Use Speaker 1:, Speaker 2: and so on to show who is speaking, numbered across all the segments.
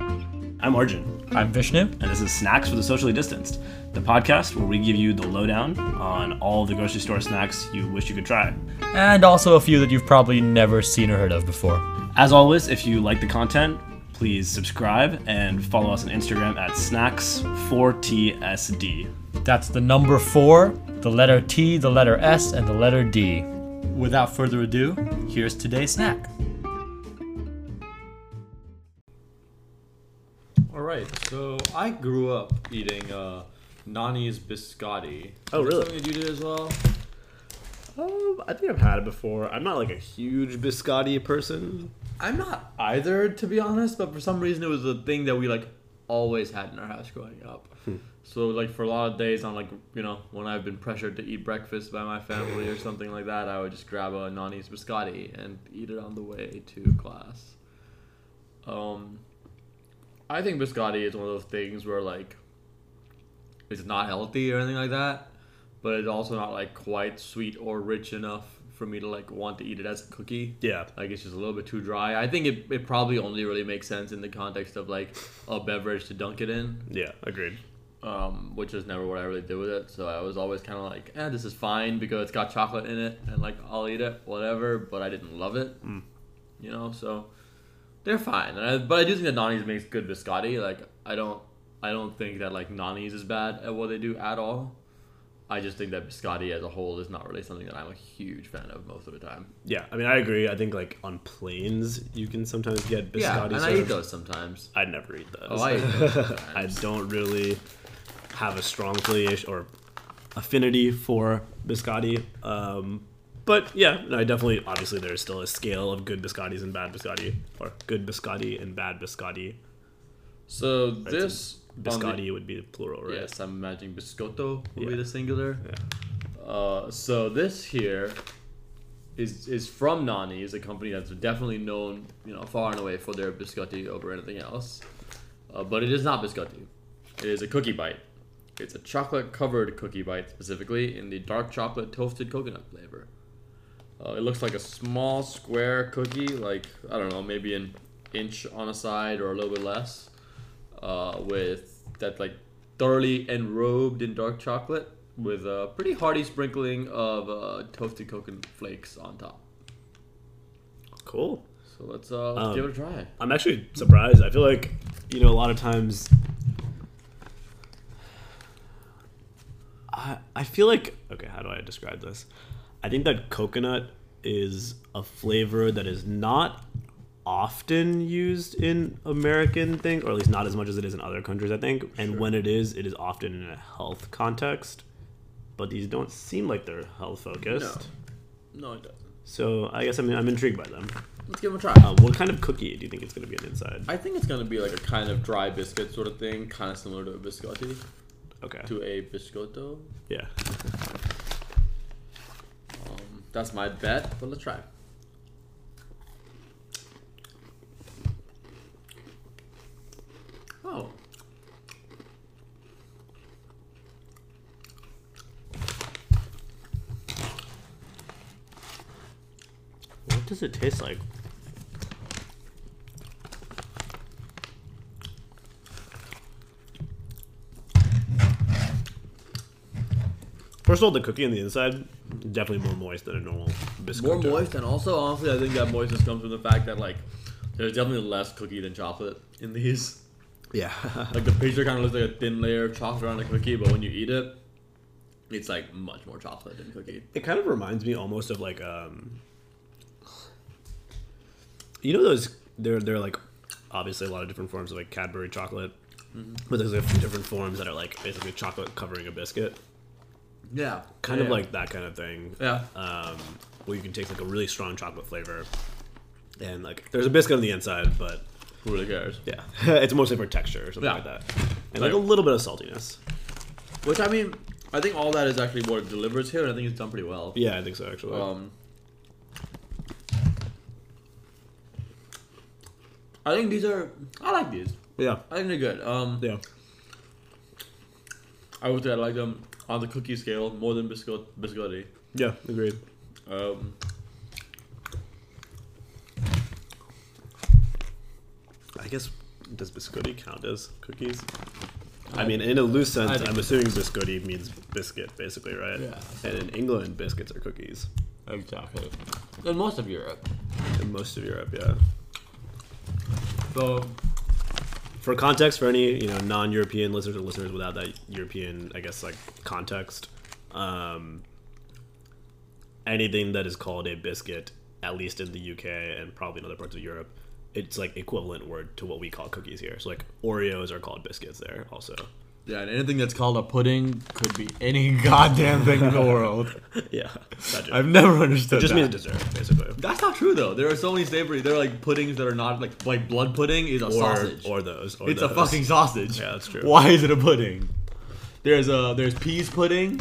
Speaker 1: I'm Arjun,
Speaker 2: I'm Vishnu.
Speaker 1: and this is Snacks for the Socially Distanced, the podcast where we give you the lowdown on all the grocery store snacks you wish you could try.
Speaker 2: And also a few that you've probably never seen or heard of before.
Speaker 1: As always, if you like the content, please subscribe and follow us on Instagram at snacks4tsd.
Speaker 2: That's the number four, the letter T, the letter S, and the letter D. Without further ado, here's today's snack.
Speaker 3: All right, so I grew up eating uh, Nani's biscotti.
Speaker 1: Oh,
Speaker 3: Is that
Speaker 1: really?
Speaker 3: Something that you did as well.
Speaker 1: Um, I think I've had it before. I'm not like a huge biscotti person.
Speaker 3: I'm not either, to be honest. But for some reason, it was a thing that we like always had in our house growing up. so like for a lot of days, on like you know when I've been pressured to eat breakfast by my family or something like that, I would just grab a Nani's biscotti and eat it on the way to class. Um, I think biscotti is one of those things where like it's not healthy or anything like that, but it's also not like quite sweet or rich enough for me to like want to eat it as a cookie.
Speaker 1: Yeah.
Speaker 3: Like it's just a little bit too dry. I think it, it probably only really makes sense in the context of like a beverage to dunk it in,
Speaker 1: Yeah, agreed.
Speaker 3: um, which is never what I really did with it. So I was always kind of like, eh, this is fine because it's got chocolate in it and like I'll eat it, whatever. But I didn't love it, you know. So they're fine. And I, but I do think that Nani's makes good biscotti. Like I don't I don't think that like Nani's is bad at what they do at all. I just think that biscotti as a whole is not really something that I'm a huge fan of most of the time.
Speaker 1: Yeah, I mean, I agree. I think like on planes, you can sometimes get biscotti.
Speaker 3: yeah, and I
Speaker 1: served.
Speaker 3: eat those sometimes.
Speaker 1: I'd never eat those.
Speaker 3: Oh, I eat
Speaker 1: I
Speaker 3: those sometimes.
Speaker 1: don't really have a strong affiliation or affinity for biscotti. Um, but yeah, no, I definitely, obviously, there's still a scale of good biscottis and bad biscotti, or good biscotti and bad biscotti.
Speaker 3: So this on the-
Speaker 1: Biscotti would be the plural, right?
Speaker 3: yes, I'm imagining biscotto would
Speaker 1: Yeah.
Speaker 3: be the singular. Uh, so this here is is from Nani, is a company that's definitely known, you know, far and away for their biscotti over anything else. Uh, but it is not biscotti. It is a cookie bite. It's a chocolate covered cookie bite specifically in the dark chocolate toasted coconut flavor. Uh, it looks like a small square cookie, like I don't know, maybe an inch on a side or a little bit less, uh, with that like thoroughly enrobed in dark chocolate with a pretty hearty sprinkling of uh, toasted coconut flakes on top.
Speaker 1: Cool.
Speaker 3: So let's, uh, let's
Speaker 1: Um,
Speaker 3: give it a try.
Speaker 1: I'm actually surprised. I feel like, you know, a lot of times. I, I feel like. Okay, how do I describe this? I think that coconut is a flavor that is not often used in American things, or at least not as much as it is in other countries, I think. And when it is, it is often in a health context. But these don't seem like they're health focused.
Speaker 3: No, it doesn't.
Speaker 1: So I guess I'm, I'm intrigued by them.
Speaker 3: Let's give it a try.
Speaker 1: Uh, what kind of cookie do you think it's going to be on the inside?
Speaker 3: I think it's gonna be like a kind of dry biscuit sort of thing, kind of similar to a biscotti,
Speaker 1: Okay.
Speaker 3: to a biscotto.
Speaker 1: Yeah.
Speaker 3: Um, that's my bet, but let's try. Oh.
Speaker 1: What does it taste like? First of all, the cookie on the inside definitely more moist than a normal biscuit.
Speaker 3: More moist, and also honestly, I think that moistness comes from the fact that like there's definitely less cookie than chocolate in these.
Speaker 1: Yeah.
Speaker 3: Like the picture kind of looks like a thin layer of chocolate around the cookie, but when you eat it, it's like much more chocolate than cookie.
Speaker 1: it kind of reminds me almost of like um. You know those they're they're like obviously a lot of different forms of like Cadbury chocolate,
Speaker 3: Mm-hmm.
Speaker 1: but there's a few different forms that are like basically chocolate covering a biscuit,
Speaker 3: Yeah,
Speaker 1: kind of like that kind of thing.
Speaker 3: yeah.
Speaker 1: um, where you can take like a really strong chocolate flavor, and like there's a biscuit on the inside, but
Speaker 3: Who really cares?
Speaker 1: yeah, it's mostly for texture or something
Speaker 3: Yeah.
Speaker 1: like that, and like a little bit of saltiness.
Speaker 3: Which I mean, I think all that is actually what it delivers here, and I think it's done pretty well.
Speaker 1: Yeah, I think so actually.
Speaker 3: Um, I think these are. I like these.
Speaker 1: yeah,
Speaker 3: I think they're good. Um,
Speaker 1: yeah,
Speaker 3: I would say I like them on the cookie scale more than biscot biscotti.
Speaker 1: yeah, agreed.
Speaker 3: Um,
Speaker 1: I guess does biscotti count as cookies? I mean, in a loose sense,
Speaker 4: think
Speaker 1: I'm assuming biscotti means biscuit, basically, right?
Speaker 4: Yeah.
Speaker 1: And in England, biscuits are cookies.
Speaker 4: Exactly. In most of Europe.
Speaker 1: In most of Europe, yeah.
Speaker 4: So
Speaker 1: For context, for any you know non-European listeners or listeners without that European, I guess, like context, um, anything that is called a biscuit, at least in the UK and probably in other parts of Europe, it's like equivalent word to what we call cookies here. So like Oreos are called biscuits there also.
Speaker 3: Yeah, and anything that's called a pudding could be any goddamn thing in the world.
Speaker 1: Yeah, gotcha.
Speaker 3: I've never
Speaker 1: It
Speaker 3: understood
Speaker 1: just
Speaker 3: that.
Speaker 1: means dessert, basically.
Speaker 3: that's not true though. There are so many savory. There are like puddings that are not like like blood pudding is a
Speaker 1: Or
Speaker 3: sausage.
Speaker 1: or those. Or
Speaker 3: it's a
Speaker 1: those.
Speaker 3: fucking sausage.
Speaker 1: Yeah, that's true.
Speaker 3: Why is it a pudding? There's a there's peas pudding.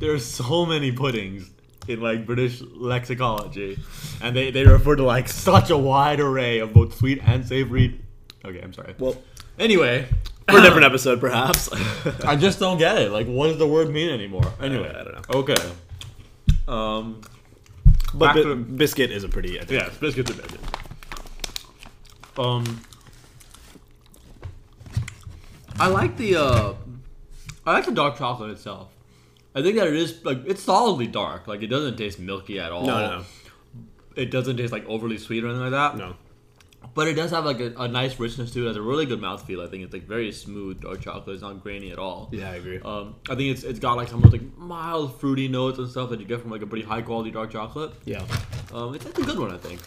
Speaker 3: There's so many puddings in like British lexicology, and they they refer to like such a wide array of both sweet and savory. Okay, I'm sorry.
Speaker 1: Well,
Speaker 3: Anyway,
Speaker 1: for a different episode, perhaps.
Speaker 3: I just don't get it. Like, what does the word mean anymore? Anyway,
Speaker 1: I don't
Speaker 3: know. Okay. Um.
Speaker 1: but
Speaker 3: Back
Speaker 1: bi-
Speaker 3: to-
Speaker 1: biscuit is a pretty. I think,
Speaker 3: Yeah, biscuits are biscuits. Um.
Speaker 4: I like the uh
Speaker 3: I like the dark chocolate itself.
Speaker 4: I think that it is like it's solidly dark. Like it doesn't taste milky at all.
Speaker 1: No, no,
Speaker 3: It doesn't taste like overly sweet or anything like that.
Speaker 1: no.
Speaker 3: But it does have like a, a nice richness to it. It has a really good mouthfeel. I think it's like very smooth dark chocolate. It's not grainy at all.
Speaker 1: Yeah, I agree.
Speaker 3: Um, I think it's it's got like some of those like mild fruity notes and stuff that you get from like a pretty high quality dark chocolate.
Speaker 1: yeah,
Speaker 3: Um, it's, it's a good one, I think.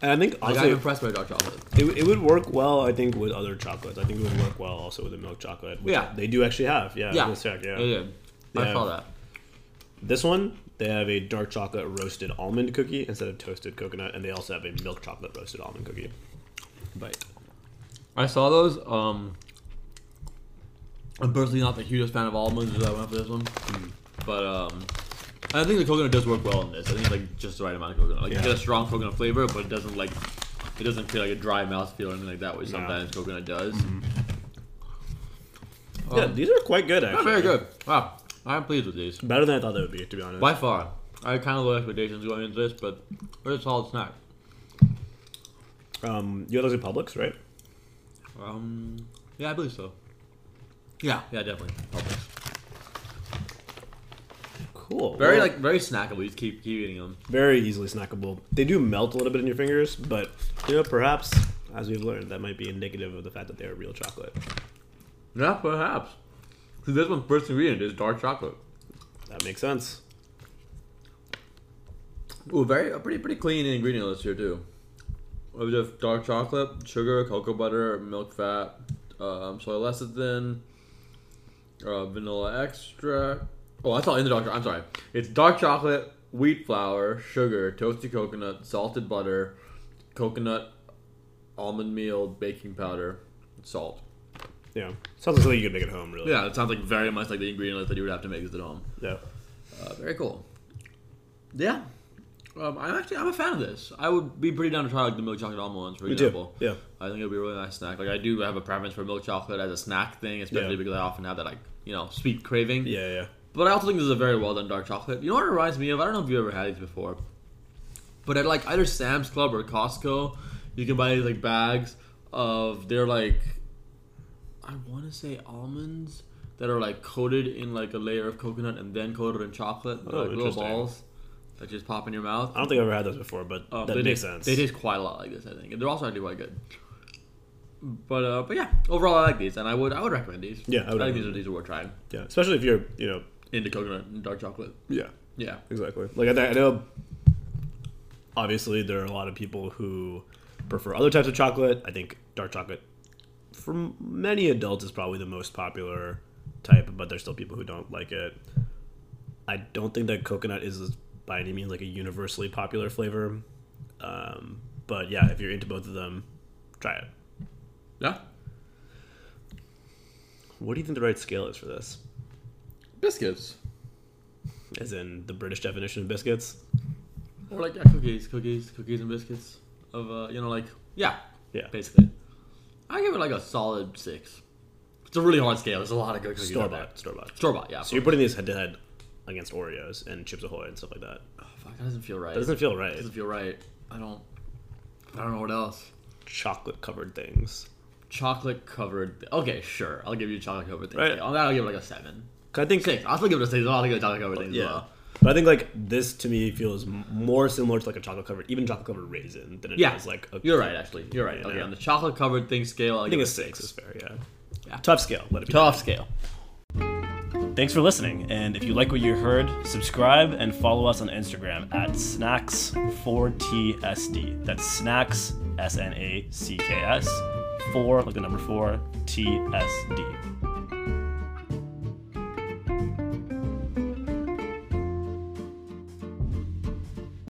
Speaker 1: and I think
Speaker 3: Like,
Speaker 1: also
Speaker 3: I'm impressed by dark chocolate.
Speaker 1: It, it would work well, I think, with other chocolates. I think it would work well also with the milk chocolate. Which
Speaker 3: Yeah.
Speaker 1: They do actually have. Yeah.
Speaker 3: Yeah,
Speaker 1: let's check, yeah.
Speaker 3: I did.
Speaker 1: Yeah.
Speaker 3: I saw that.
Speaker 1: This one, they have a dark chocolate roasted almond cookie instead of toasted coconut, and they also have a milk chocolate roasted almond cookie. Bite.
Speaker 3: I saw those. Um, I'm personally not the hugest fan of almonds, so I went for this one.
Speaker 1: Hmm.
Speaker 3: But um, I think the coconut does work well in this. I think it's like just the right amount of coconut. Like
Speaker 1: Yeah.
Speaker 3: you get a strong coconut flavor, but it doesn't like it doesn't feel like a dry mouth feel or anything like that. Which
Speaker 1: No.
Speaker 3: sometimes coconut does.
Speaker 1: Mm-hmm. yeah, these are quite good,
Speaker 3: um, They're
Speaker 1: actually.
Speaker 3: very good. Wow, I'm pleased with these
Speaker 1: Better than I thought they would be, to be honest.
Speaker 3: by far. I had kind of low expectations going into this, but it's a solid snack.
Speaker 1: Um, you had those in Publix, right?
Speaker 3: Um, yeah, I believe so. Yeah, yeah, definitely.
Speaker 1: Cool.
Speaker 3: Very
Speaker 1: Well,
Speaker 3: like very snackable. You just keep keep eating them.
Speaker 1: very easily snackable. They do melt a little bit in your fingers, but you know, perhaps as we've learned, that might be indicative of the fact that they are real chocolate.
Speaker 3: Yeah, perhaps. Because this one's first ingredient is dark chocolate.
Speaker 1: That makes sense.
Speaker 3: Ooh, very a pretty pretty clean ingredient list here too. We have dark chocolate, sugar, cocoa butter, milk fat, um, soy lecithin, uh, vanilla extract. Oh, that's all in the dark. cho- I'm sorry. It's dark chocolate, wheat flour, sugar, toasted coconut, salted butter, coconut, almond meal, baking powder, salt.
Speaker 1: Yeah. Sounds like something you could make at home, really.
Speaker 3: Yeah, it sounds like very much like the ingredient list that you would have to make this at home.
Speaker 1: Yeah.
Speaker 3: Uh, very cool. Yeah. Um, I'm actually I'm a fan of this. I would be pretty down to try like the milk chocolate almond ones, for
Speaker 1: Me too.
Speaker 3: example.
Speaker 1: Yeah.
Speaker 3: I think it'd be a really nice snack. Like I do have a preference for milk chocolate as a snack thing, especially
Speaker 1: Yeah.
Speaker 3: because I often have that like you know sweet craving.
Speaker 1: Yeah, yeah.
Speaker 3: But I also think this is a very well done dark chocolate. You know what it reminds me of? I don't know if you ever had these before, but at like either Sam's Club or Costco, you can buy these like bags of they're like I want to say almonds that are like coated in like a layer of coconut and then coated in chocolate. They're
Speaker 1: Oh,
Speaker 3: like little
Speaker 1: interesting.
Speaker 3: balls that just pop in your mouth.
Speaker 1: I don't think I've ever had those before, but
Speaker 3: Uh,
Speaker 1: that
Speaker 3: they
Speaker 1: makes
Speaker 3: taste-
Speaker 1: sense.
Speaker 3: They taste quite a lot like this, I think. And they're also actually quite good. But uh, but yeah, overall I like these, and I would I would recommend these.
Speaker 1: Yeah, I
Speaker 3: I,
Speaker 1: would
Speaker 3: think
Speaker 1: recommend
Speaker 3: these are these are worth trying.
Speaker 1: Yeah, especially if you're, you know,
Speaker 3: Into coconut and dark chocolate.
Speaker 1: yeah,
Speaker 3: Yeah.
Speaker 1: exactly. Like I, I know, obviously there are a lot of people who prefer other types of chocolate. I think dark chocolate, for m- many adults, is probably the most popular type, but there's still people who don't like it. I don't think that coconut is by any means like a universally popular flavor, um, but yeah, if you're into both of them, try it.
Speaker 3: Yeah.
Speaker 1: What do you think the right scale is for this?
Speaker 3: Biscuits.
Speaker 1: As in the British definition of biscuits?
Speaker 3: Or like yeah, cookies, cookies, cookies and biscuits. Of uh, you know, like yeah,
Speaker 1: Yeah.
Speaker 3: basically. I give it like a solid six. It's a really hard scale. There's a lot of good cookies.
Speaker 1: Store bought, store bought.
Speaker 3: Store bought, yeah.
Speaker 1: So you're putting these head to head against Oreos and Chips Ahoy and stuff like that.
Speaker 3: oh, fuck, that doesn't feel right.
Speaker 1: That doesn't feel right.
Speaker 3: doesn't feel right. I don't. I don't know what else.
Speaker 1: Chocolate covered things.
Speaker 3: chocolate covered. Okay, sure. I'll give you chocolate covered things.
Speaker 1: Right.
Speaker 3: On that, I'll give it like a seven,
Speaker 1: I think
Speaker 3: six. I'll still give it a six. I'll give it a chocolate covered things. as
Speaker 1: Yeah.
Speaker 3: well.
Speaker 1: But I think like this to me feels m- more similar to like a chocolate covered, even chocolate covered raisin than it
Speaker 3: Yeah.
Speaker 1: does like a.
Speaker 3: You're right. Actually, you're right.
Speaker 1: Yeah,
Speaker 3: okay,
Speaker 1: no.
Speaker 3: on the chocolate covered thing scale, I'll
Speaker 1: I
Speaker 3: give
Speaker 1: think
Speaker 3: it
Speaker 1: a six is fair. Yeah.
Speaker 3: Yeah.
Speaker 1: Tough scale. Let it be.
Speaker 3: Tough scale.
Speaker 1: Thanks for listening, and if you like what you heard, subscribe and follow us on Instagram at snacks4tsd. That's snacks s n a c k s four like the number four t s d.